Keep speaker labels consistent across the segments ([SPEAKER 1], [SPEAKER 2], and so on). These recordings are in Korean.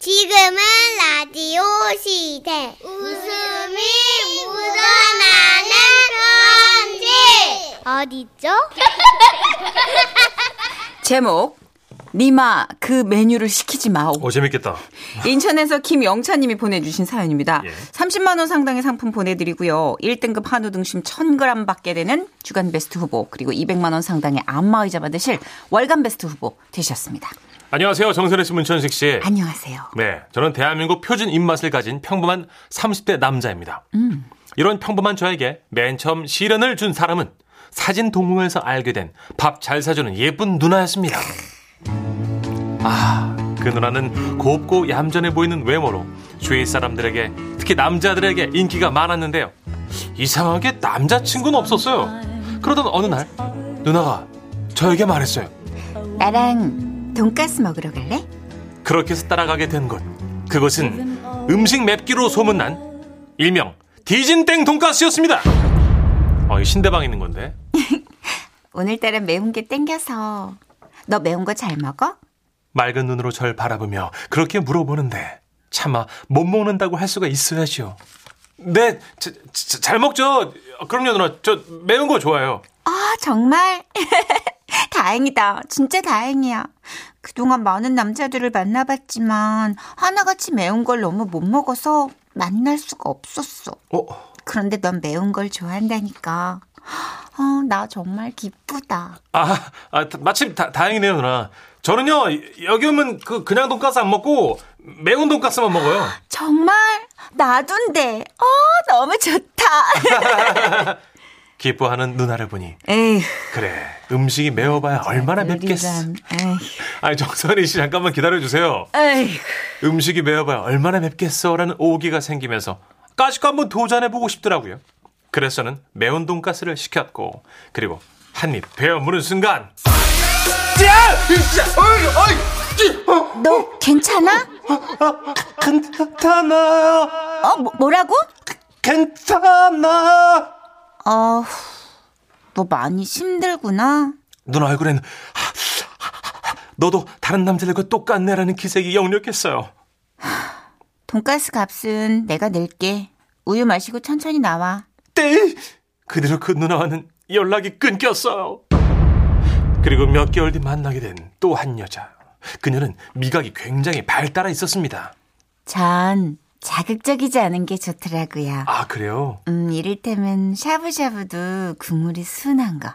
[SPEAKER 1] 지금은 라디오 시대. 웃음이 묻어나는 편지. 어디죠?
[SPEAKER 2] 제목 니마 그 메뉴를 시키지 마오.
[SPEAKER 3] 어 재밌겠다.
[SPEAKER 2] 인천에서 김영차님이 보내주신 사연입니다.
[SPEAKER 3] 예.
[SPEAKER 2] 30만 원 상당의 상품 보내드리고요. 1등급 한우 등심 1,000g 받게 되는 주간 베스트 후보 그리고 200만 원 상당의 안마의자 받으실 월간 베스트 후보 되셨습니다.
[SPEAKER 3] 안녕하세요 정선혜 씨 문천식 씨.
[SPEAKER 2] 안녕하세요.
[SPEAKER 3] 네, 저는 대한민국 표준 입맛을 가진 평범한 30대 남자입니다. 이런 평범한 저에게 맨 처음 시련을 준 사람은 사진 동호회에서 알게 된 밥 잘 사주는 예쁜 누나였습니다. 아, 그 누나는 곱고 얌전해 보이는 외모로 주위 사람들에게 특히 남자들에게 인기가 많았는데요. 이상하게 남자친구는 없었어요. 그러던 어느 날 누나가 저에게 말했어요.
[SPEAKER 2] 나랑 돈가스 먹으러 갈래?
[SPEAKER 3] 그렇게 해서 따라가게 된 곳. 그것은 음식 맵기로 소문난 일명 디진땡 돈가스였습니다. 어, 이 신대방 있는 건데.
[SPEAKER 2] 오늘따라 매운 게 땡겨서 너 매운 거 잘 먹어?
[SPEAKER 3] 맑은 눈으로 절 바라보며 그렇게 물어보는데 차마 못 먹는다고 할 수가 있어야지요. 네, 자, 자, 잘 먹죠. 어, 그럼요 누나, 저 매운 거 좋아해요.
[SPEAKER 2] 아 정말 다행이다. 진짜 다행이야. 그동안 많은 남자들을 만나봤지만 하나같이 매운 걸 너무 못 먹어서 만날 수가 없었어.
[SPEAKER 3] 어,
[SPEAKER 2] 그런데 넌 매운 걸 좋아한다니까. 아, 나 정말 기쁘다.
[SPEAKER 3] 아, 아, 다- 마침 다, 다행이네요 누나. 저는요 여기 오면 그 그냥 돈가스 안 먹고 매운 돈가스만 먹어요.
[SPEAKER 2] 정말 나둔데. 어, 너무 좋다.
[SPEAKER 3] 기뻐하는 누나를 보니
[SPEAKER 2] 에휴.
[SPEAKER 3] 그래 음식이 매워봐야 얼마나 맵겠어
[SPEAKER 2] 그 요리란, 에휴.
[SPEAKER 3] 아니 정선희 씨 잠깐만 기다려주세요
[SPEAKER 2] 에휴.
[SPEAKER 3] 음식이 매워봐야 얼마나 맵겠어라는 오기가 생기면서 까짓거 한번 도전해보고 싶더라고요 그래서 저는 매운 돈가스를 시켰고 그리고 한입 베어무는 순간
[SPEAKER 2] 너 괜찮아?
[SPEAKER 3] 괜찮아
[SPEAKER 2] 어, 뭐, 뭐라고?
[SPEAKER 3] 괜찮아
[SPEAKER 2] 어, 너 많이 힘들구나.
[SPEAKER 3] 누나 얼굴엔 너도 다른 남자들과 똑같네라는 기색이 역력했어요
[SPEAKER 2] 돈가스 값은 내가 낼게. 우유 마시고 천천히 나와.
[SPEAKER 3] 때 네? 그대로 그 누나와는 연락이 끊겼어요. 그리고 몇 개월 뒤 만나게 된 또 한 여자. 그녀는 미각이 굉장히 발달해 있었습니다.
[SPEAKER 2] 전 자극적이지 않은 게 좋더라고요.
[SPEAKER 3] 아 그래요?
[SPEAKER 2] 음, 이를테면 샤브샤브도 국물이 순한 거.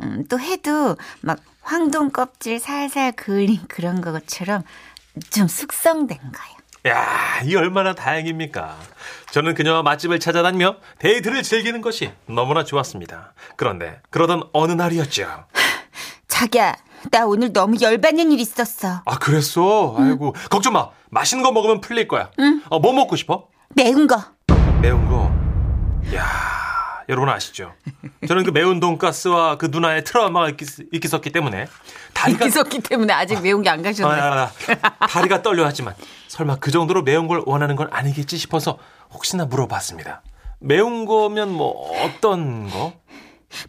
[SPEAKER 2] 음, 또 해도 막 황동 껍질 살살 그을린 그런 것처럼 좀 숙성된 거예요.
[SPEAKER 3] 야, 이 얼마나 다행입니까? 저는 그녀와 맛집을 찾아다니며 데이트를 즐기는 것이 너무나 좋았습니다. 그런데 그러던 어느 날이었죠.
[SPEAKER 2] 자기야, 나 오늘 너무 열받는 일 있었어.
[SPEAKER 3] 아 그랬어? 아이고 걱정 마. 맛있는 거 먹으면 풀릴 거야. 어, 뭐 먹고 싶어?
[SPEAKER 2] 매운 거.
[SPEAKER 3] 매운 거. 야 여러분 아시죠? 저는 그 매운 돈가스와 그 누나의 트라우마가 있기- 있기었기 때문에 다리가
[SPEAKER 2] 기석기 그러니까 때문에 아직 매운 게 안
[SPEAKER 3] 아,
[SPEAKER 2] 가셨네.
[SPEAKER 3] 아, 아, 다리가 떨려 하지만 설마 그 정도로 매운 걸 원하는 건 아니겠지 싶어서 혹시나 물어봤습니다. 매운 거면 뭐 어떤 거?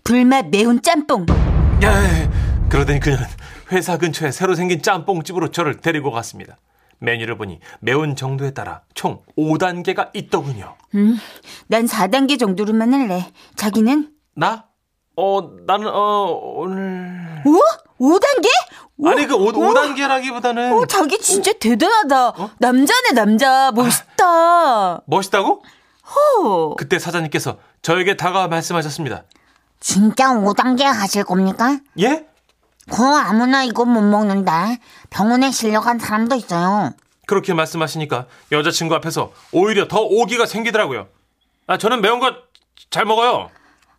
[SPEAKER 2] 불맛 매운 짬뽕.
[SPEAKER 3] 야, 그러더니 그녀는 회사 근처에 새로 생긴 짬뽕집으로 저를 데리고 갔습니다. 메뉴를 보니 매운 정도에 따라 총 5단계가 있더군요.
[SPEAKER 2] 난 4단계 정도로만 할래. 자기는?
[SPEAKER 3] 나? 어, 나는 어 오늘
[SPEAKER 2] 오? 5단계?
[SPEAKER 3] 아니 그 5, 단계라기보다 어? 는
[SPEAKER 2] 오, 자기 진짜 대단하다. 남자네, 남자. 멋있다. 어.
[SPEAKER 3] 멋있다고?
[SPEAKER 2] 오.
[SPEAKER 3] 그때 사장님께서 저에게 다가와 말씀하셨습니다.
[SPEAKER 4] 진짜 5단계 하실 겁니까?
[SPEAKER 3] 예?
[SPEAKER 4] 그 아무나 이거 못 먹는데 병원에 실려간 사람도 있어요.
[SPEAKER 3] 그렇게 말씀하시니까 여자친구 앞에서 오히려 더 오기가 생기더라고요. 아 저는 매운 거 잘 먹어요.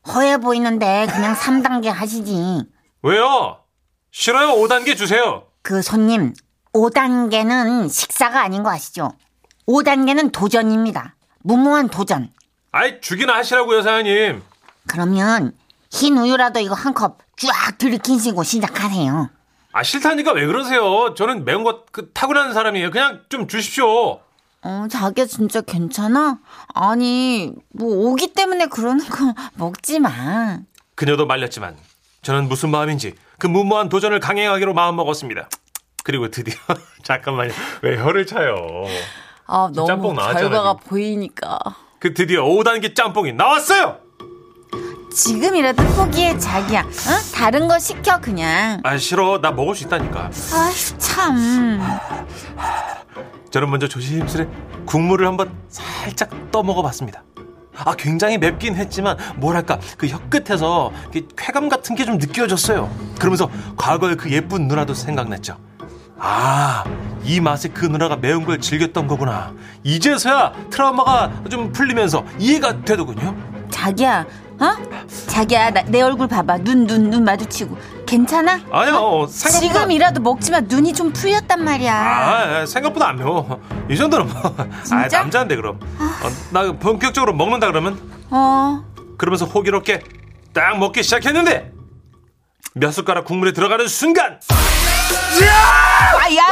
[SPEAKER 4] 허해 보이는데 그냥 3단계 하시지.
[SPEAKER 3] 왜요? 싫어요. 5단계 주세요.
[SPEAKER 4] 그 손님, 5단계는 식사가 아닌 거 아시죠? 5단계는 도전입니다. 무모한 도전.
[SPEAKER 3] 아이 주기나 하시라고요 사장님.
[SPEAKER 4] 그러면 흰 우유라도 이거 한 컵 쫙 들이키시고 시작하세요.
[SPEAKER 3] 아 싫다니까 왜 그러세요? 저는 매운 거 그, 타고난 사람이에요. 그냥 좀 주십시오.
[SPEAKER 2] 어, 자기야 진짜 괜찮아? 아니, 뭐 오기 때문에 그러는 거 먹지 마.
[SPEAKER 3] 그녀도 말렸지만 저는 무슨 마음인지 그 무모한 도전을 강행하기로 마음먹었습니다. 그리고 드디어 잠깐만요. 왜 혀를 차요?
[SPEAKER 5] 아, 너무
[SPEAKER 3] 짬뽕 나왔잖아,
[SPEAKER 5] 결과가
[SPEAKER 3] 지금.
[SPEAKER 5] 보이니까.
[SPEAKER 3] 그 드디어 5단계 짬뽕이 나왔어요.
[SPEAKER 2] 지금이라도 포기해 자기야. 응? 다른 거 시켜 그냥.
[SPEAKER 3] 아 싫어. 나 먹을 수 있다니까.
[SPEAKER 2] 아휴 참.
[SPEAKER 3] 저는 먼저 조심스레 국물을 한번 살짝 떠먹어봤습니다. 아 굉장히 맵긴 했지만 뭐랄까 그 혀끝에서 그 쾌감 같은 게 좀 느껴졌어요. 그러면서 과거의 그 예쁜 누나도 생각났죠. 아, 이 맛에 그 누나가 매운 걸 즐겼던 거구나. 이제서야 트라우마가 좀 풀리면서 이해가 되더군요.
[SPEAKER 2] 자기야. 어? 자기야 나, 내 얼굴 봐봐. 눈 눈 눈 마주치고. 괜찮아?
[SPEAKER 3] 아니요, 어, 생각보다
[SPEAKER 2] 지금이라도 먹지만 눈이 좀 풀렸단 말이야.
[SPEAKER 3] 아, 생각보다 안 매워. 이 정도는 뭐. 아,
[SPEAKER 2] 진짜?
[SPEAKER 3] 남자인데 그럼. 어, 나 본격적으로 먹는다 그러면
[SPEAKER 2] 어.
[SPEAKER 3] 그러면서 호기롭게 딱 먹기 시작했는데 몇 숟가락 국물에 들어가는 순간
[SPEAKER 2] 아야.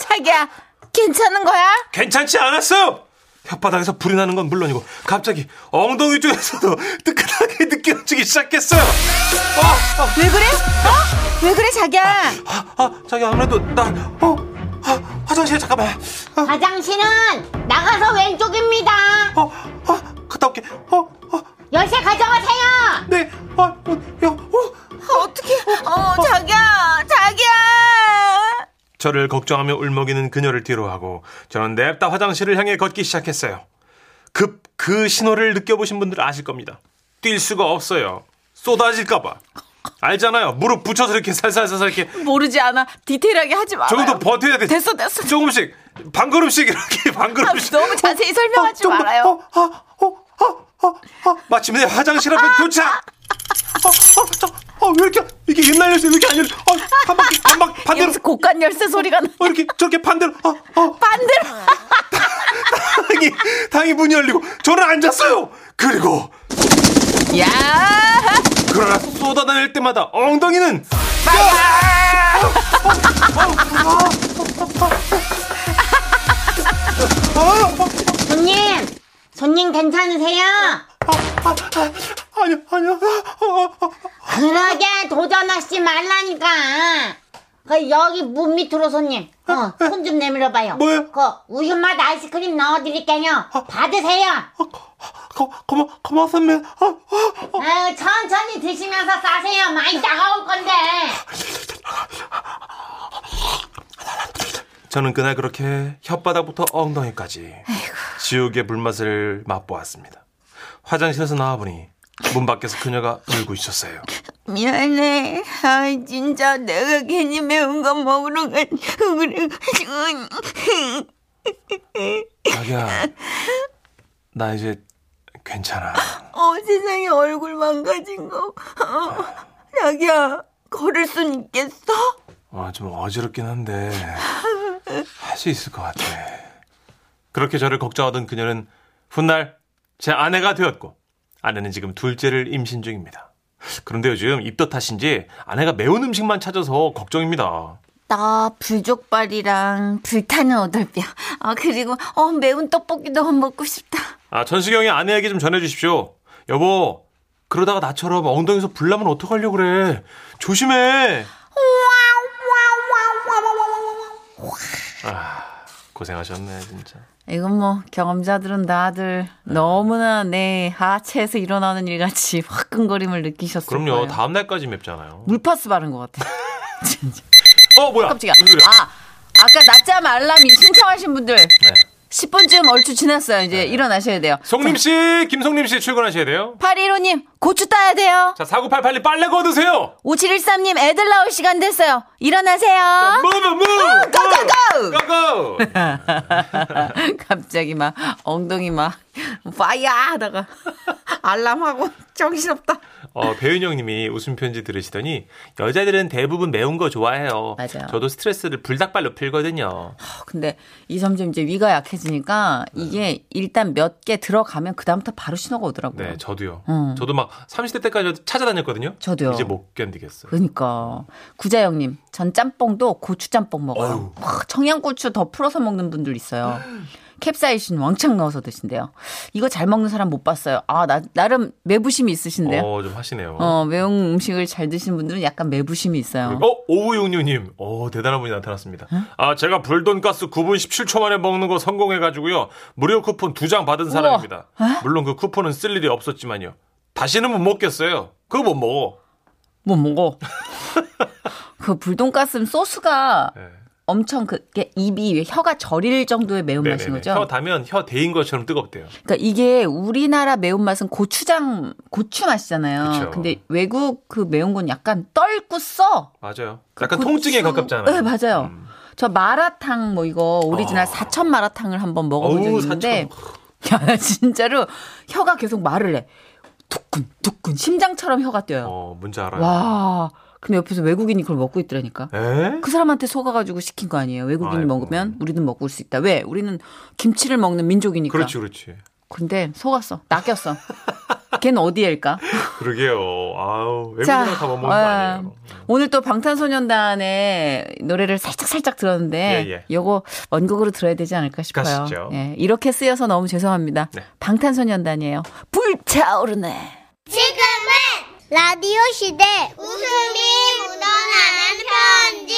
[SPEAKER 2] 자기야. 괜찮은 거야?
[SPEAKER 3] 괜찮지 않았어요. 혓바닥에서 불이 나는 건 물론이고 갑자기 엉덩이 쪽에서도 뜨끈하게 느껴지기 시작했어요. 어, 어,
[SPEAKER 2] 왜 그래? 어? 왜 그래 자기야?
[SPEAKER 3] 아, 아, 자기 아무래도 나 어, 아, 화장실 잠깐만. 어,
[SPEAKER 1] 화장실은 나가서 왼쪽입니다.
[SPEAKER 3] 어, 어, 갔다 올게. 어, 어,
[SPEAKER 1] 열쇠 가져가세요.
[SPEAKER 3] 네, 어, 어, 야, 어.
[SPEAKER 2] 어떻게? 어, 자기야, 자기야.
[SPEAKER 3] 저를 걱정하며 울먹이는 그녀를 뒤로 하고 저는 냅다 화장실을 향해 걷기 시작했어요. 급 그 신호를 느껴보신 분들 아실 겁니다. 뛸 수가 없어요. 쏟아질까봐. 알잖아요. 무릎 붙여서 이렇게 살살살살 이렇게
[SPEAKER 5] 모르지 않아. 디테일하게 하지 마.
[SPEAKER 3] 조금 더 버텨야 돼.
[SPEAKER 5] 아, 됐어, 됐어.
[SPEAKER 3] 조금씩 반걸음씩 이렇게
[SPEAKER 5] 아,
[SPEAKER 3] 반걸음씩.
[SPEAKER 5] 너무 자세히 설명하지
[SPEAKER 3] 조금 어, 더.
[SPEAKER 5] 말아요.
[SPEAKER 3] 어, 어, 어, 어, 어, 어. 마침내 화장실 앞에 도착. 어, 어, 저, 어, 왜 이렇게 이게 옛날 열쇠 왜 이렇게 안 열려? 어, 한 바퀴 한 바퀴 반대로.
[SPEAKER 5] 여기서 곡간 열쇠 소리가 나.
[SPEAKER 3] 어, 이렇게 저렇게 반대로. 어, 어.
[SPEAKER 5] 반대로.
[SPEAKER 3] 당이 당이 문이 열리고 저는 앉았어요. 그리고
[SPEAKER 5] 야.
[SPEAKER 3] 그러나 쏟아다닐 때마다 엉덩이는
[SPEAKER 1] 손님, 손님 괜찮으세요?
[SPEAKER 3] 아, 아니요 아니요 어, 어, 어.
[SPEAKER 1] 그러게 도전하지 말라니까. 그 여기 문 밑으로 손님. 어, 손 좀 내밀어 봐요.
[SPEAKER 3] 뭐요?
[SPEAKER 1] 그 우유 맛 아이스크림 넣어 드릴게요. 받으세요.
[SPEAKER 3] 아, 고 고마 고맙습니다. 어, 어.
[SPEAKER 1] 아유, 천천히 드시면서 싸세요. 많이 따가울 건데.
[SPEAKER 3] 저는 그날 그렇게 혓바닥부터 엉덩이까지 지옥의 불맛을 맛보았습니다. 화장실에서 나와보니 문 밖에서 그녀가 울고 있었어요.
[SPEAKER 2] 미안해. 아, 진짜 내가 괜히 매운 거 먹으러 간 그래가지고.
[SPEAKER 3] 자기야 나 이제 괜찮아.
[SPEAKER 2] 어, 세상에 얼굴 망가진 거. 어, 자기야, 걸을 순 있겠어?
[SPEAKER 3] 와, 아, 좀 어지럽긴 한데 할 수 있을 것 같아. 그렇게 저를 걱정하던 그녀는 훗날 제 아내가 되었고 아내는 지금 둘째를 임신 중입니다. 그런데 요즘 입덧 탓인지 아내가 매운 음식만 찾아서 걱정입니다.
[SPEAKER 2] 나 불족발이랑 불타는 오돌뼈. 아, 그리고 어, 매운 떡볶이 너무 먹고 싶다.
[SPEAKER 3] 아, 전시경이 아내에게 좀 전해주십시오. 여보, 그러다가 나처럼 엉덩이에서 불나면 어떡하려고 그래. 조심해. 아, 고생하셨네, 진짜.
[SPEAKER 5] 이건 뭐 경험자들은 다들 너무나 내
[SPEAKER 2] 네,
[SPEAKER 5] 하체에서 일어나는 일 같이 화끈거림을 느끼셨을
[SPEAKER 3] 그럼요,
[SPEAKER 5] 거예요.
[SPEAKER 3] 다음 날까지 맵잖아요.
[SPEAKER 2] 네.
[SPEAKER 5] 물파스 바른 것 같아.
[SPEAKER 3] 어, 뭐야?
[SPEAKER 5] 깜짝이야.
[SPEAKER 3] 왜 그래?
[SPEAKER 5] 아, 아까 낮잠 알람이 신청하신 분들
[SPEAKER 3] 네.
[SPEAKER 5] 10분쯤 얼추 지났어요. 이제 일어나셔야 돼요.
[SPEAKER 3] 송림 씨, 김송림 씨 출근하셔야 돼요.
[SPEAKER 5] 815님, 고추 따야 돼요.
[SPEAKER 3] 자, 4988님 빨래
[SPEAKER 2] 어?
[SPEAKER 3] 거두세요.
[SPEAKER 5] 5713님, 애들 나올 시간 됐어요. 일어나세요.
[SPEAKER 3] 무브 무브.
[SPEAKER 5] 고, 고,
[SPEAKER 3] 고고.
[SPEAKER 5] 갑자기 막 엉덩이 막 파이어 하다가 알람하고 정신없다.
[SPEAKER 3] 어, 배윤영님이 웃음 편지 들으시더니 여자들은 대부분 매운 거 좋아해요.
[SPEAKER 2] 맞아요.
[SPEAKER 3] 저도 스트레스를 불닭발로 풀거든요.
[SPEAKER 2] 근데 이 점점 이제 위가 약해지니까 이게 일단 몇 개 들어가면 그다음부터 바로 신호가 오더라고요.
[SPEAKER 3] 네, 저도요.
[SPEAKER 2] 음.
[SPEAKER 3] 저도 막 30대 때까지 찾아다녔거든요.
[SPEAKER 2] 저도요.
[SPEAKER 3] 이제 못 견디겠어요.
[SPEAKER 2] 그러니까 구자영님 전 짬뽕도 고추 짬뽕 먹어요.
[SPEAKER 3] 어휴.
[SPEAKER 2] 와, 청양고추 더 풀어서 먹는 분들 있어요. 캡사이신 왕창 넣어서 드신대요. 이거 잘 먹는 사람 못 봤어요. 아 나, 나름 매부심이 있으신데요. 어.
[SPEAKER 3] 어, 좀 하시네요.
[SPEAKER 2] 매운 음식을 잘 드시는 분들은 약간 매부심이 있어요. 어?
[SPEAKER 3] 어, 오우용유님. 어, 대단한 분이 나타났습니다. 아, 제가 불돈가스 9분 17초 만에 먹는 거 성공해가지고요. 무료 쿠폰 2장 받은 사람입니다.
[SPEAKER 2] 어?
[SPEAKER 3] 물론 그 쿠폰은 쓸 일이 없었지만요. 다시는 못 먹겠어요. 그거 못 먹어.
[SPEAKER 2] 뭐 먹어? 그 불돈가스 소스가
[SPEAKER 3] 네.
[SPEAKER 2] 엄청 그게 입이 혀가 저릴 정도의 매운맛인
[SPEAKER 3] 네네네.
[SPEAKER 2] 거죠.
[SPEAKER 3] 혀 닿으면 혀 데인 것처럼 뜨겁대요.
[SPEAKER 2] 그러니까 이게 우리나라 매운맛은 고추장 고추 맛이잖아요.
[SPEAKER 3] 그쵸.
[SPEAKER 2] 근데 외국 그 매운 건 약간 떫고 써.
[SPEAKER 3] 맞아요. 약간
[SPEAKER 2] 고추-
[SPEAKER 3] 통증에 가깝잖아요.
[SPEAKER 2] 그 네, 맞아요.
[SPEAKER 3] 음.
[SPEAKER 2] 저 마라탕 뭐 이거 오리지널
[SPEAKER 3] 아.
[SPEAKER 2] 사천 마라탕을 한번 먹어본 적이
[SPEAKER 3] 어우,
[SPEAKER 2] 있는데
[SPEAKER 3] 사천.
[SPEAKER 2] 야, 진짜로 혀가 계속 말을 해. 두근 두근 심장처럼 혀가 뛰어요.
[SPEAKER 3] 어, 뭔지 알아요.
[SPEAKER 2] 와. 근데 옆에서 외국인이 그걸 먹고 있더라니까.
[SPEAKER 3] 에?
[SPEAKER 2] 그 사람한테 속아가지고 시킨 거 아니에요. 외국인이
[SPEAKER 3] 아이고.
[SPEAKER 2] 먹으면 우리는 먹을 수 있다. 왜? 우리는 김치를 먹는 민족이니까.
[SPEAKER 3] 그렇지, 그렇지.
[SPEAKER 2] 근데 속았어. 낚였어. 걔는 어디일까?
[SPEAKER 3] 그러게요. 아우, 외국인들 다못 먹는 거
[SPEAKER 2] 아,
[SPEAKER 3] 아니에요.
[SPEAKER 2] 오늘 또 방탄소년단의 노래를 살짝 살짝 들었는데
[SPEAKER 3] 예, 예.
[SPEAKER 2] 요거 원곡으로 들어야 되지 않을까 싶어요.
[SPEAKER 3] 가시죠.
[SPEAKER 2] 예, 이렇게 쓰여서 너무 죄송합니다.
[SPEAKER 3] 네.
[SPEAKER 2] 방탄소년단이에요. 불타오르네.
[SPEAKER 1] 지금은 라디오 시대 웃음이 묻어나는 편지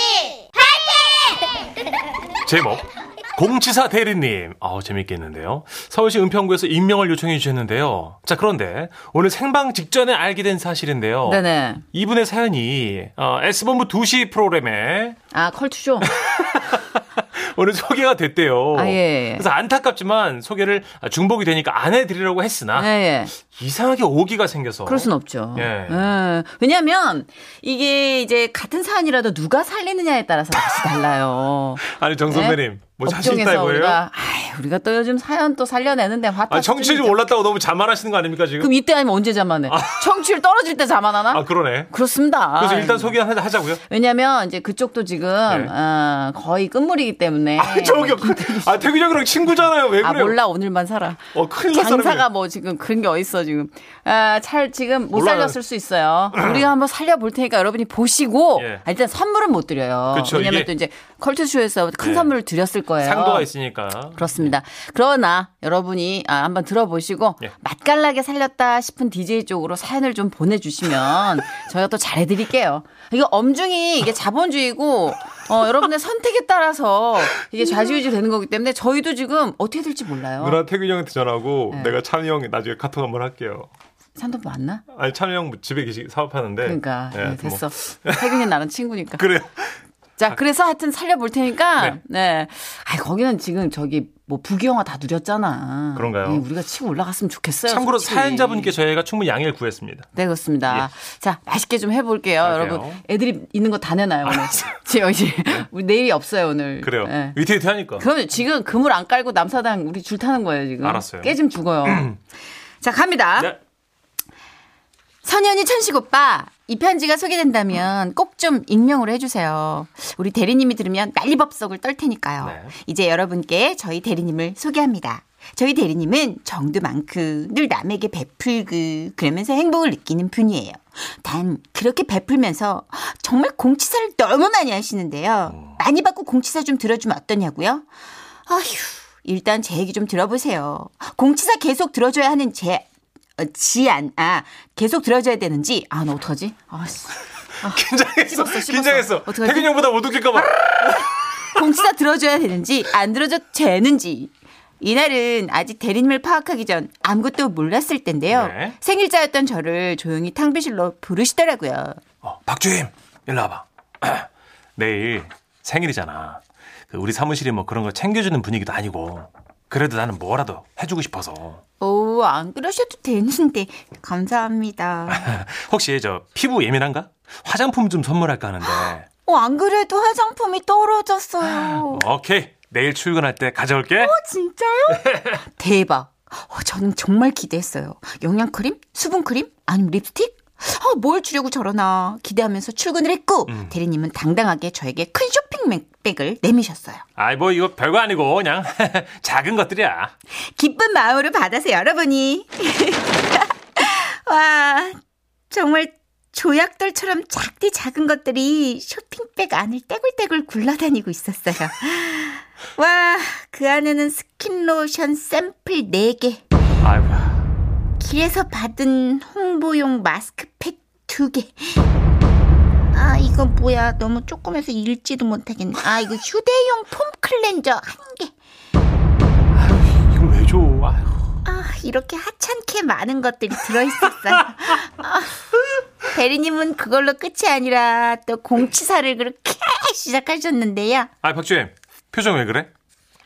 [SPEAKER 3] 제목 공치사 대리님. 아우 재밌겠는데요. 서울시 은평구에서 임명을 요청해 주셨는데요. 자 그런데 오늘 생방 직전에 알게 된 사실인데요.
[SPEAKER 2] 네네.
[SPEAKER 3] 이분의 사연이 어, S본부 2시 프로그램에
[SPEAKER 2] 아 컬투쇼.
[SPEAKER 3] 오늘 소개가 됐대요.
[SPEAKER 2] 아, 예, 예.
[SPEAKER 3] 그래서 안타깝지만 소개를 중복이 되니까 안 해드리려고 했으나
[SPEAKER 2] 예, 예.
[SPEAKER 3] 이상하게 오기가 생겨서
[SPEAKER 2] 그럴 순 없죠.
[SPEAKER 3] 예.
[SPEAKER 2] 왜냐하면 이게 이제 같은 사안이라도 누가 살리느냐에 따라서 다시 달라요.
[SPEAKER 3] 아니 정 선배님 뭐 자신
[SPEAKER 2] 네? 업종에서
[SPEAKER 3] 있다 이거예요?
[SPEAKER 2] 우리가 아이, 우리가 또 요즘 사연 또 살려내는데 화타.
[SPEAKER 3] 아 청취율이 올랐다고 너무 자만하시는 거 아닙니까 지금?
[SPEAKER 2] 그럼 이때 아니면 언제 자만해? 청취율 떨어질 때 자만하나?
[SPEAKER 3] 아 그러네.
[SPEAKER 2] 그렇습니다.
[SPEAKER 3] 그래서 일단 소개하자고요.
[SPEAKER 2] 왜냐면 이제 그쪽도 지금
[SPEAKER 3] 네.
[SPEAKER 2] 어, 거의 끝물이기 때문에.
[SPEAKER 3] 아, 저기요. 그- 아, 태균 형이랑 친구잖아요. 왜
[SPEAKER 2] 뭐 아,
[SPEAKER 3] 그래요?
[SPEAKER 2] 몰라 오늘만 살아.
[SPEAKER 3] 어, 큰일 났어.
[SPEAKER 2] 장사가 뭐 지금 그런 게 어딨어 지금. 아, 잘 지금 못
[SPEAKER 3] 몰라.
[SPEAKER 2] 살렸을 수 있어요. 우리가 한번 살려볼 테니까 여러분이 보시고
[SPEAKER 3] 예.
[SPEAKER 2] 아, 일단 선물은 못 드려요.
[SPEAKER 3] 그쵸,
[SPEAKER 2] 왜냐면
[SPEAKER 3] 이게-
[SPEAKER 2] 또 이제 컬투쇼에서 큰
[SPEAKER 3] 예.
[SPEAKER 2] 선물을 드렸을 거예요.
[SPEAKER 3] 상도가 있으니까.
[SPEAKER 2] 네. 그렇습니다. 그러나 여러분이 아, 한번 들어보시고
[SPEAKER 3] 예.
[SPEAKER 2] 맛깔나게 살렸다 싶은 DJ 쪽으로 사연을 좀 보내주시면 저희가 또 잘해드릴게요. 이거 엄중히 이게 자본주의고 어, 여러분의 선택에 따라서 이게 좌지우지 되는 거기 때문에 저희도 지금 어떻게 될지 몰라요.
[SPEAKER 3] 누나 태균 형한테 전화하고
[SPEAKER 2] 네.
[SPEAKER 3] 내가 찬우 형 나중에 카톡 한번 할게요.
[SPEAKER 2] 산돈 맞나?
[SPEAKER 3] 아니 찬우 형 집에 계시 사업하는데.
[SPEAKER 2] 그러니까
[SPEAKER 3] 예,
[SPEAKER 2] 네,
[SPEAKER 3] 네. 뭐.
[SPEAKER 2] 됐어. 태균이 나랑 친구니까.
[SPEAKER 3] 그래요. 아.
[SPEAKER 2] 자, 그래서 하여튼 살려볼 테니까, 네.
[SPEAKER 3] 네.
[SPEAKER 2] 아, 거기는 지금 저기, 뭐, 부귀영화 다 누렸잖아.
[SPEAKER 3] 그런가요?
[SPEAKER 2] 예, 우리가 치고 올라갔으면 좋겠어요.
[SPEAKER 3] 참고로
[SPEAKER 2] 솔직히.
[SPEAKER 3] 사연자분께 저희가 충분히 양해를 구했습니다.
[SPEAKER 2] 네, 그렇습니다.
[SPEAKER 3] 예.
[SPEAKER 2] 자, 맛있게 좀 해볼게요,
[SPEAKER 3] 그러게요. 아,
[SPEAKER 2] 여러분. 애들이 있는 거 다 내놔요, 오늘. 지금 이제, 우리 내일이 없어요, 오늘.
[SPEAKER 3] 네. 그래요.
[SPEAKER 2] 예.
[SPEAKER 3] 위태위태 하니까.
[SPEAKER 2] 그럼 지금 그물 안 깔고 남사당 우리 줄 타는 거예요, 지금.
[SPEAKER 3] 알았어요. 음.
[SPEAKER 2] 깨 좀 죽어요. 자, 갑니다.
[SPEAKER 3] 네.
[SPEAKER 6] 선현이 천식 오빠, 이 편지가 소개된다면 꼭 좀 익명으로 해주세요. 우리 대리님이 들으면 난리법석을 떨 테니까요.
[SPEAKER 3] 네.
[SPEAKER 6] 이제 여러분께 저희 대리님을 소개합니다. 저희 대리님은 정도 많고 늘 남에게 베풀고 그러면서 행복을 느끼는 분이에요. 단 그렇게 베풀면서 정말 공치사를 너무 많이 하시는데요. 많이 받고 공치사 좀 들어주면 어떠냐고요? 아휴, 일단 제 얘기 좀 들어보세요. 공치사 계속 들어줘야 하는 제, 어, 지안, 아, 계속 들어줘야 되는지, 아, 나 어떡하지? 아, 씨.
[SPEAKER 3] 긴장했어.
[SPEAKER 6] 씹었어, 씹었어.
[SPEAKER 3] 긴장했어.
[SPEAKER 6] 어떡하지?
[SPEAKER 3] 태균 형보다 못 웃길까 봐.
[SPEAKER 6] 공치사 들어줘야 되는지, 안 들어줘도 되는지. 이날은 아직 대리님을 파악하기 전 아무것도 몰랐을 텐데요.
[SPEAKER 3] 네.
[SPEAKER 6] 생일자였던 저를 조용히 탕비실로 부르시더라고요.
[SPEAKER 3] 어, 박주임 일로 와봐. 내일 생일이잖아. 그 우리 사무실이 뭐 그런 거 챙겨주는 분위기도 아니고. 그래도 나는 뭐라도 해주고 싶어서.
[SPEAKER 6] 오, 안 그러셔도 되는데, 감사합니다.
[SPEAKER 3] 혹시 저 피부 예민한가? 화장품 좀 선물할까 하는데.
[SPEAKER 6] 어, 안 그래도 화장품이
[SPEAKER 3] 아,
[SPEAKER 6] 떨어졌어요.
[SPEAKER 3] 오케이. 내일 출근할 때 가져올게.
[SPEAKER 6] 진짜요? 대박. 어, 저는 정말 기대했어요. 영양크림? 수분크림? 아니면 립스틱?
[SPEAKER 2] 아, 뭘 주려고 저러나 기대하면서 출근을 했고
[SPEAKER 5] 음.
[SPEAKER 2] 대리님은 당당하게 저에게 큰 쇼핑백을 내미셨어요.
[SPEAKER 5] 아이 뭐 이거 별거 아니고 그냥 작은 것들이야.
[SPEAKER 2] 기쁜 마음으로 받아서 여러분이 와 정말 조약돌처럼 작디 작은 것들이 쇼핑백 안을 떼굴떼굴 굴러다니고 있었어요. 와 그 안에는 스킨로션 샘플 4개
[SPEAKER 5] 아이고.
[SPEAKER 2] 길에서 받은 홍보용 마스크팩 2개 아 이건 뭐야 너무 조그매서 읽지도 못하겠네 아 이거 휴대용 폼 클렌저 1개
[SPEAKER 5] 이걸 왜 줘? 아유.
[SPEAKER 2] 아, 이렇게 하찮게 많은 것들이 들어있었어요. 아, 대리님은 그걸로 끝이 아니라 또 공치사를 그렇게 시작하셨는데요.
[SPEAKER 5] 아 박주임 표정 왜 그래?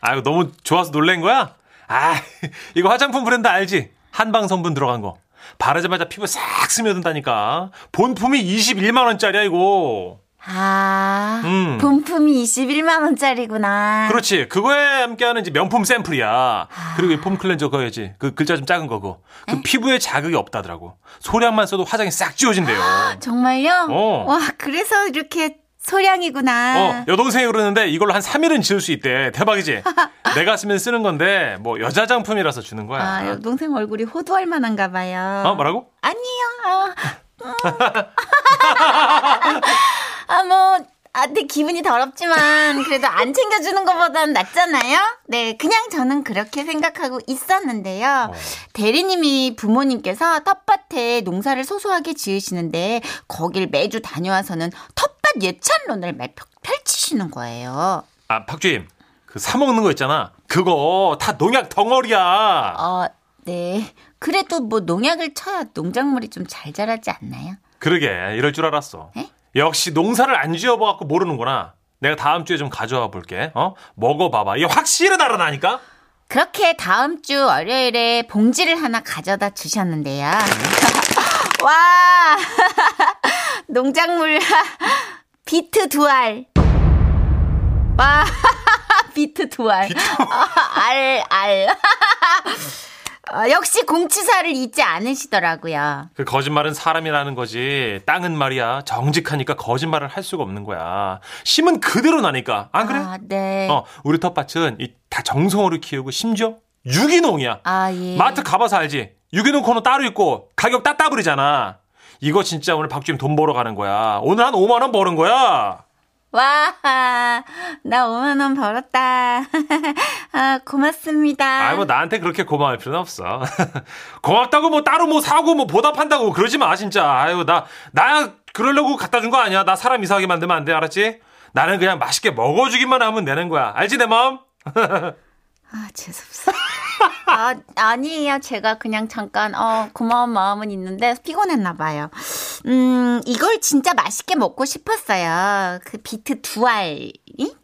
[SPEAKER 5] 아유 너무 좋아서 놀란 거야? 아 이거 화장품 브랜드 알지? 한방 성분 들어간 거 바르자마자 피부 싹 스며든다니까 본품이 21만 원짜리야 이거
[SPEAKER 2] 아,
[SPEAKER 5] 음.
[SPEAKER 2] 본품이 21만원짜리구나.
[SPEAKER 5] 그렇지 그거에 함께하는 이제 명품 샘플이야 그리고 이폼 클렌저 거야지 그 글자 좀 작은 거고 그 피부에 자극이 없다더라고 소량만 써도 화장이 싹 지워진대요
[SPEAKER 2] 정말요?
[SPEAKER 5] 어.
[SPEAKER 2] 와, 그래서 이렇게 소량이구나.
[SPEAKER 5] 어 여동생이 그러는데 이걸로 한 3일은 지울 수 있대 대박이지 내가 쓰면 쓰는 건데 뭐 여자 장품이라서 주는 거야
[SPEAKER 2] 아, 여동생 얼굴이 호두할 만한가 봐요.
[SPEAKER 5] 어 뭐라고?
[SPEAKER 2] 아니요. 아, 음. 아, 뭐, 아, 내 기분이 더럽지만, 그래도 안 챙겨주는 것보단 낫잖아요? 네, 그냥 저는 그렇게 생각하고 있었는데요.
[SPEAKER 5] 어.
[SPEAKER 2] 대리님이 부모님께서 텃밭에 농사를 소소하게 지으시는데, 거길 매주 다녀와서는 텃밭 예찬론을 막 펼- 펼치시는 거예요.
[SPEAKER 5] 아, 박주임. 그 사먹는 거 있잖아. 그거 다 농약 덩어리야.
[SPEAKER 2] 어, 네. 그래도 뭐 농약을 쳐야 농작물이 좀 잘 자라지 않나요?
[SPEAKER 5] 그러게. 이럴 줄 알았어.
[SPEAKER 2] 에?
[SPEAKER 5] 역시 농사를 안 지어봐 갖고 모르는구나. 내가 다음 주에 좀 가져와 볼게. 어? 먹어봐봐. 이게 확실히 다르다니까?
[SPEAKER 2] 그렇게 다음 주 월요일에 봉지를 하나 가져다 주셨는데요. 와! 농작물 비트 두 알. 와! 비트 두 알. 아, 알, 알. 어, 역시 공치사를 잊지 않으시더라고요.
[SPEAKER 5] 그 거짓말은 사람이라는 거지. 땅은 말이야. 정직하니까 거짓말을 할 수가 없는 거야. 심은 그대로 나니까. 안 그래?
[SPEAKER 2] 아, 네.
[SPEAKER 5] 어, 우리 텃밭은 이, 다 정성으로 키우고 심지어 유기농이야.
[SPEAKER 2] 아, 예.
[SPEAKER 5] 마트 가봐서 알지. 유기농 코너 따로 있고 가격 따따블이잖아. 이거 진짜 오늘 박주임 돈 벌어 가는 거야. 오늘 한 5만 원 버는
[SPEAKER 2] 아.
[SPEAKER 5] 거야.
[SPEAKER 2] 와, 나 5만원 벌었다. 아, 고맙습니다.
[SPEAKER 5] 아이 뭐 나한테 그렇게 고마울 필요는 없어. 고맙다고 뭐 따로 뭐 사고 뭐 보답한다고 그러지 마 진짜. 아유 나 나 그러려고 갖다 준 거 아니야. 나 사람 이상하게 만들면 안 돼 알았지? 나는 그냥 맛있게 먹어주기만 하면 되는 거야. 알지 내 마음?
[SPEAKER 2] 아, 죄송합니다. 아, 아니에요. 제가 그냥 잠깐, 어, 고마운 마음은 있는데, 피곤했나봐요. 음, 이걸 진짜 맛있게 먹고 싶었어요. 그 비트 두 알,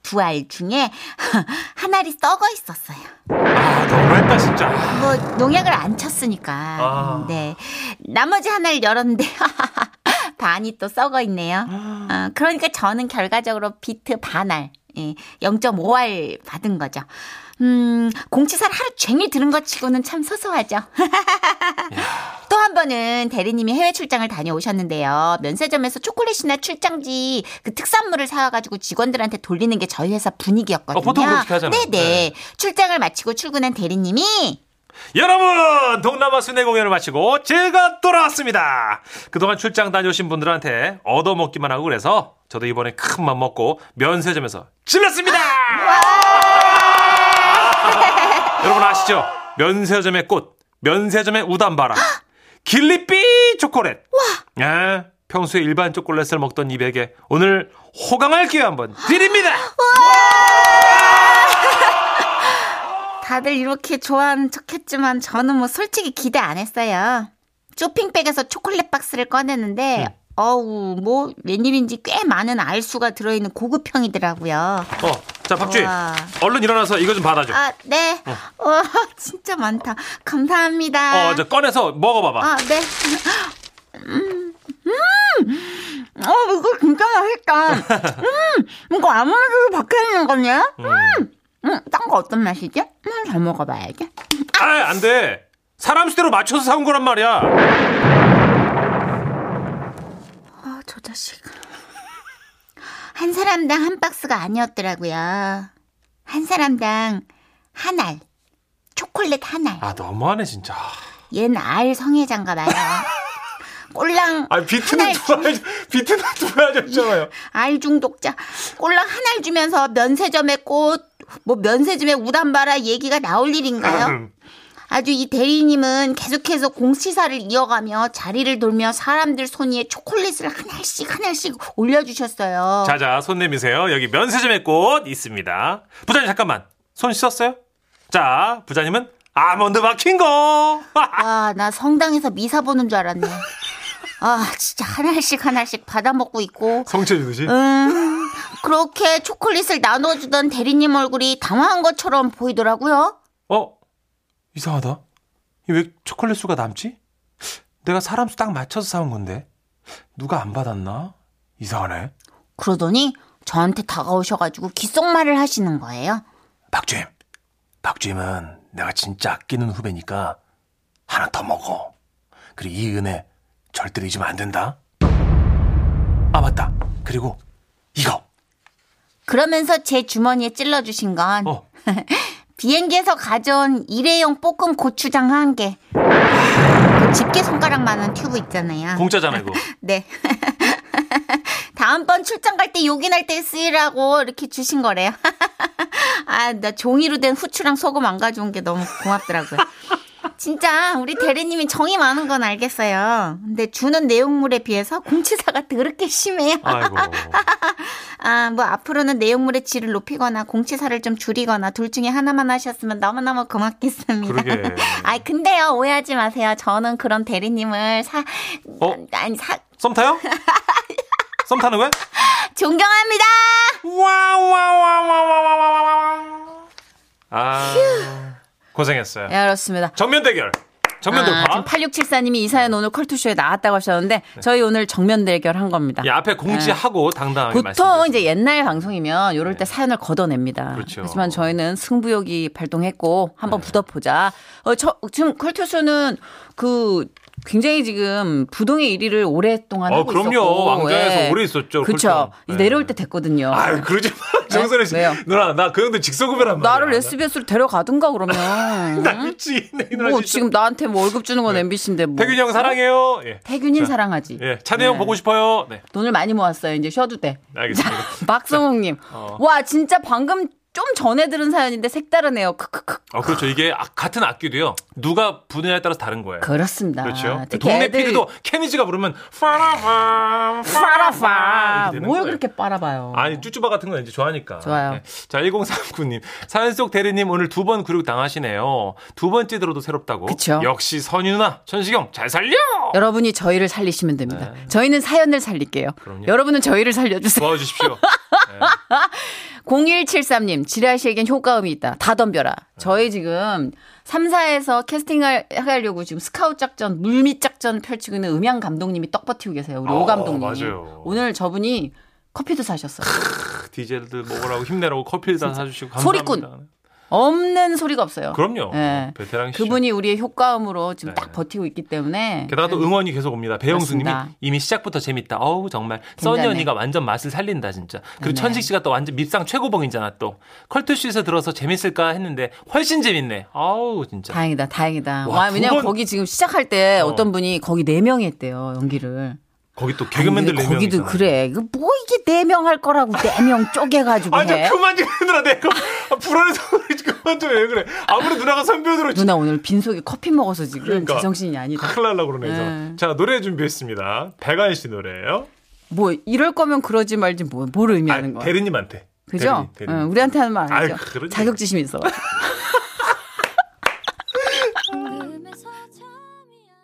[SPEAKER 2] 두 알 중에, 한 알이 썩어 있었어요.
[SPEAKER 5] 아 너무했다 진짜.
[SPEAKER 2] 뭐, 농약을 안 쳤으니까.
[SPEAKER 5] 아.
[SPEAKER 2] 네. 나머지 한 알 열었는데, 반이 또 썩어 있네요.
[SPEAKER 5] 아.
[SPEAKER 2] 어, 그러니까 저는 결과적으로 비트 반알, 예, 0.5알 받은 거죠. 음, 공치살 하루 종일 들은 것 치고는 참 소소하죠. 또 한 번은 대리님이 해외 출장을 다녀오셨는데요. 면세점에서 초콜릿이나 출장지 그 특산물을 사와가지고 직원들한테 돌리는 게 저희 회사 분위기였거든요.
[SPEAKER 5] 어, 보통 그렇게 하잖아요.
[SPEAKER 2] 네네.
[SPEAKER 5] 네.
[SPEAKER 2] 출장을 마치고 출근한 대리님이
[SPEAKER 5] 여러분 동남아 순회 공연을 마치고 제가 돌아왔습니다 그동안 출장 다녀오신 분들한테 얻어먹기만 하고 그래서 저도 이번에 큰 맘 먹고 면세점에서 질렀습니다 여러분 아시죠 면세점의 꽃 면세점의 우담바라 길리삐 초콜릿 예, 평소에 일반 초콜릿을 먹던 입에게 오늘 호강할 기회 한번 드립니다
[SPEAKER 2] 다들 이렇게 좋아하는 척했지만 저는 뭐 솔직히 기대 안 했어요. 쇼핑백에서 초콜릿 박스를 꺼내는데 어우 뭐 웬일인지 꽤 많은 알수가 들어있는 고급형이더라고요.
[SPEAKER 5] 어자 박주희
[SPEAKER 2] 우와.
[SPEAKER 5] 얼른 일어나서 이거 좀 받아줘
[SPEAKER 2] 아 네. 와 진짜 많다. 감사합니다.
[SPEAKER 5] 어, 저 꺼내서 먹어봐봐.
[SPEAKER 2] 아 네. 음, 음. 어 이거 진짜 맛있다. 음, 이거 아무래도 박혀 있는 거냐? 음, 음, 딴 거 어떤 맛이지? 음, 잘 먹어봐야지.
[SPEAKER 5] 아, 안 돼. 사람 수대로 맞춰서 사온 거란 말이야.
[SPEAKER 7] 자식.
[SPEAKER 2] 어, 한 사람당 한 박스가 아니었더라고요. 한 사람당 한 알. 초콜릿 한 알.
[SPEAKER 5] 아 너무하네 진짜.
[SPEAKER 2] 얜 알 성애자인가 봐요. 꼴랑
[SPEAKER 5] 아 비트는 두어야죠 비트는 두어야죠 있잖아요.
[SPEAKER 2] 알 중독자. 꼴랑 한 알 주면서 면세점의 꽃, 뭐 면세점의 우담바라 얘기가 나올 일인가요? 아주 이 대리님은 계속해서 공시사를 이어가며 자리를 돌며 사람들 손 위에 초콜릿을 한 알씩 한 알씩 올려주셨어요.
[SPEAKER 5] 자자 손 내미세요. 여기 면세점의 꽃 있습니다. 부자님 잠깐만 손 씻었어요? 자 부자님은 아몬드 박힌 거.
[SPEAKER 2] 아, 나 성당에서 미사 보는 줄 알았네. 아, 진짜 하나씩 하나씩 받아 먹고 있고.
[SPEAKER 5] 성체 주듯이.
[SPEAKER 2] 음, 그렇게 초콜릿을 나눠주던 대리님 얼굴이 당황한 것처럼 보이더라고요.
[SPEAKER 5] 어 이상하다. 이 왜 초콜릿 수가 남지? 내가 사람 수 딱 맞춰서 사온 건데 누가 안 받았나? 이상하네.
[SPEAKER 2] 그러더니 저한테 다가오셔가지고 귓속말을 하시는 거예요.
[SPEAKER 5] 박주임, 박주임은 내가 진짜 아끼는 후배니까 하나 더 먹어. 그리고 이 은혜 절대 로 잊으면 안 된다. 아 맞다. 그리고 이거.
[SPEAKER 2] 그러면서 제 주머니에 찔러주신 건
[SPEAKER 5] 어.
[SPEAKER 2] 비행기에서 가져온 일회용 볶음 고추장 한 개. 그 집게 손가락만한 튜브 있잖아요.
[SPEAKER 5] 공짜잖아 이거.
[SPEAKER 2] 네. 다음번 출장 갈 때 요긴할 때 쓰이라고 이렇게 주신 거래요. 아, 나 종이로 된 후추랑 소금 안 가져온 게 너무 고맙더라고요. 진짜 우리 대리님이 정이 많은 건 알겠어요. 근데 주는 내용물에 비해서 공치사가 더럽게 심해요.
[SPEAKER 5] 아이고.
[SPEAKER 2] 아, 뭐 앞으로는 내용물의 질을 높이거나 공치사를 좀 줄이거나 둘 중에 하나만 하셨으면 너무너무 고맙겠습니다.
[SPEAKER 5] 그러게.
[SPEAKER 2] 아, 근데요. 오해하지 마세요. 저는 그런 대리님을 사
[SPEAKER 5] 어?
[SPEAKER 2] 아니, 사
[SPEAKER 5] 썸 타요? 썸 타는 거야?
[SPEAKER 2] 존경합니다.
[SPEAKER 5] 와와와와와와와와. 아 고생했어요.
[SPEAKER 7] 예, 그렇습니다.
[SPEAKER 5] 정면 대결. 정면
[SPEAKER 7] 아,
[SPEAKER 5] 돌파.
[SPEAKER 7] 지금 8674님이 이 사연 오늘 컬투쇼에 나왔다고 하셨는데
[SPEAKER 5] 네.
[SPEAKER 7] 저희 오늘 정면 대결 한 겁니다.
[SPEAKER 5] 이 앞에 공지하고 당당하게
[SPEAKER 7] 보통
[SPEAKER 5] 예, 말씀.
[SPEAKER 7] 이제 옛날 방송이면 요럴 때 사연을 걷어냅니다.
[SPEAKER 5] 네. 그렇죠. 네.
[SPEAKER 7] 하지만 저희는 승부욕이 발동했고 한번 붙어보자. 어, 저, 지금 컬투쇼는 그 굉장히 지금 부동의 1위를 오랫동안
[SPEAKER 5] 어,
[SPEAKER 7] 하고
[SPEAKER 5] 그럼요.
[SPEAKER 7] 있었고
[SPEAKER 5] 왕좌에서 오래 있었죠,
[SPEAKER 7] 그렇죠.
[SPEAKER 5] 컬투.
[SPEAKER 7] 이제
[SPEAKER 5] 네.
[SPEAKER 7] 내려올 때 됐거든요.
[SPEAKER 5] 아유 그러지 마. 정선혜 씨.
[SPEAKER 7] 네? 왜요?
[SPEAKER 5] 누나 나 그 형들 직소급이란 말이야.
[SPEAKER 7] 나를 SBS로 데려가든가 그러면.
[SPEAKER 5] 나 미치겠네 이 누나
[SPEAKER 7] 뭐
[SPEAKER 5] 진짜.
[SPEAKER 7] 지금 나한테 뭐 월급 주는 건
[SPEAKER 5] 네.
[SPEAKER 7] MBC인데 뭐.
[SPEAKER 5] 태균이 형 사랑해요. 예.
[SPEAKER 7] 태균인
[SPEAKER 5] 자,
[SPEAKER 7] 사랑하지.
[SPEAKER 5] 예. 찬이 형 보고 싶어요. 네.
[SPEAKER 7] 돈을 많이 모았어요. 이제 쉬어도 돼.
[SPEAKER 5] 알겠습니다.
[SPEAKER 7] 박성욱님.
[SPEAKER 5] 어.
[SPEAKER 7] 와, 진짜 방금 좀 전에 들은 사연인데 색다르네요. 크크크.
[SPEAKER 5] 어, 그렇죠. 이게 아- 같은 악기도요. 누가 부느냐에 따라서 다른 거예요.
[SPEAKER 7] 그렇습니다.
[SPEAKER 5] 그렇죠.
[SPEAKER 7] 특히
[SPEAKER 5] 동네
[SPEAKER 7] 애들이
[SPEAKER 5] 피리도 케니지가 부르면 파라밤
[SPEAKER 7] 빠라봐.
[SPEAKER 5] 파라밤 이렇게 되는 거예요.
[SPEAKER 7] 뭘뭐 그렇게 빨아봐요.
[SPEAKER 5] 어. 아니 쭈쭈바 같은 건 이제 좋아하니까.
[SPEAKER 7] 좋아요.
[SPEAKER 5] 네. 자 1039님 사연 속 대리님 오늘 두 번 구륙 당하시네요. 두 번째 들어도 새롭다고.
[SPEAKER 7] 그쵸.
[SPEAKER 5] 역시 선희 누나 천식영 잘 살려.
[SPEAKER 7] 여러분이 저희를 살리시면 됩니다. 저희는 사연을 살릴게요.
[SPEAKER 5] 네. 그럼요.
[SPEAKER 7] 여러분은 저희를 살려주세요.
[SPEAKER 5] 도와주십시오.
[SPEAKER 7] 0173님, 지라 씨에겐 효과음이 있다. 다 덤벼라.
[SPEAKER 5] 네.
[SPEAKER 7] 저희 지금 3사에서 캐스팅을 하려고 지금 스카웃 작전, 물밑 작전 펼치고 있는 음향 감독님이 떡 버티고 계세요. 우리
[SPEAKER 5] 어,
[SPEAKER 7] 오 감독님.
[SPEAKER 5] 맞아요.
[SPEAKER 7] 오늘 저분이 커피도 사셨어요.
[SPEAKER 5] 그 디젤들 먹으라고 힘내라고 커피를 다 사주시고 감사합니다.
[SPEAKER 7] 소리꾼. 없는 소리가 없어요.
[SPEAKER 5] 그럼요.
[SPEAKER 7] 예.
[SPEAKER 5] 베테랑이시죠.
[SPEAKER 7] 그분이 그 우리의 효과음으로 지금
[SPEAKER 5] 네.
[SPEAKER 7] 딱 버티고 있기 때문에
[SPEAKER 5] 게다가 또 응원이 계속 옵니다. 배영수님이
[SPEAKER 7] 그렇습니다.
[SPEAKER 5] 이미 시작부터 재밌다. 어우 정말 써니
[SPEAKER 7] 굉장히.
[SPEAKER 5] 언니가 완전 맛을 살린다 진짜. 그리고
[SPEAKER 7] 네.
[SPEAKER 5] 천식 씨가 또 완전 밉상 최고봉이잖아 또. 컬투쇼에서 들어서 재밌을까 했는데 훨씬 재밌네. 어우 진짜.
[SPEAKER 7] 다행이다, 다행이다.
[SPEAKER 5] 와,
[SPEAKER 7] 와,
[SPEAKER 5] 두
[SPEAKER 7] 왜냐면
[SPEAKER 5] 번-
[SPEAKER 7] 거기 지금 시작할 때
[SPEAKER 5] 어.
[SPEAKER 7] 어. 떤 분이 거기 네 명이 했대요 연기를.
[SPEAKER 5] 거기 또 개그맨들
[SPEAKER 7] 아니,
[SPEAKER 5] 네
[SPEAKER 7] 거기도
[SPEAKER 5] 명이잖아.
[SPEAKER 7] 그래. 이거 뭐 이게 네 명 할 거라고 네 명 쪼개가지고
[SPEAKER 5] 아니
[SPEAKER 7] 해.
[SPEAKER 5] 저 그만 좀 해누라 내가 아, 불안해서 그러지 그만 좀 해 그래. 아무리 누나가 선배들로
[SPEAKER 7] 누나 오늘 빈속에 커피 먹어서 지금
[SPEAKER 5] 그러니까.
[SPEAKER 7] 제정신이 아니다.
[SPEAKER 5] 큰일 날라 그러네. 이상.
[SPEAKER 7] 네.
[SPEAKER 5] 자 노래 준비했습니다. 백안 씨 노래예요.
[SPEAKER 7] 뭐 이럴 거면 그러지 말지 뭐, 뭘 의미하는
[SPEAKER 5] 아니,
[SPEAKER 7] 거야.
[SPEAKER 5] 대리님한테.
[SPEAKER 7] 그죠?
[SPEAKER 5] 대리님, 대리님.
[SPEAKER 7] 응, 우리한테 하는 말
[SPEAKER 5] 아유,
[SPEAKER 7] 아니죠.
[SPEAKER 5] 그러지.
[SPEAKER 7] 자격지심이 있어.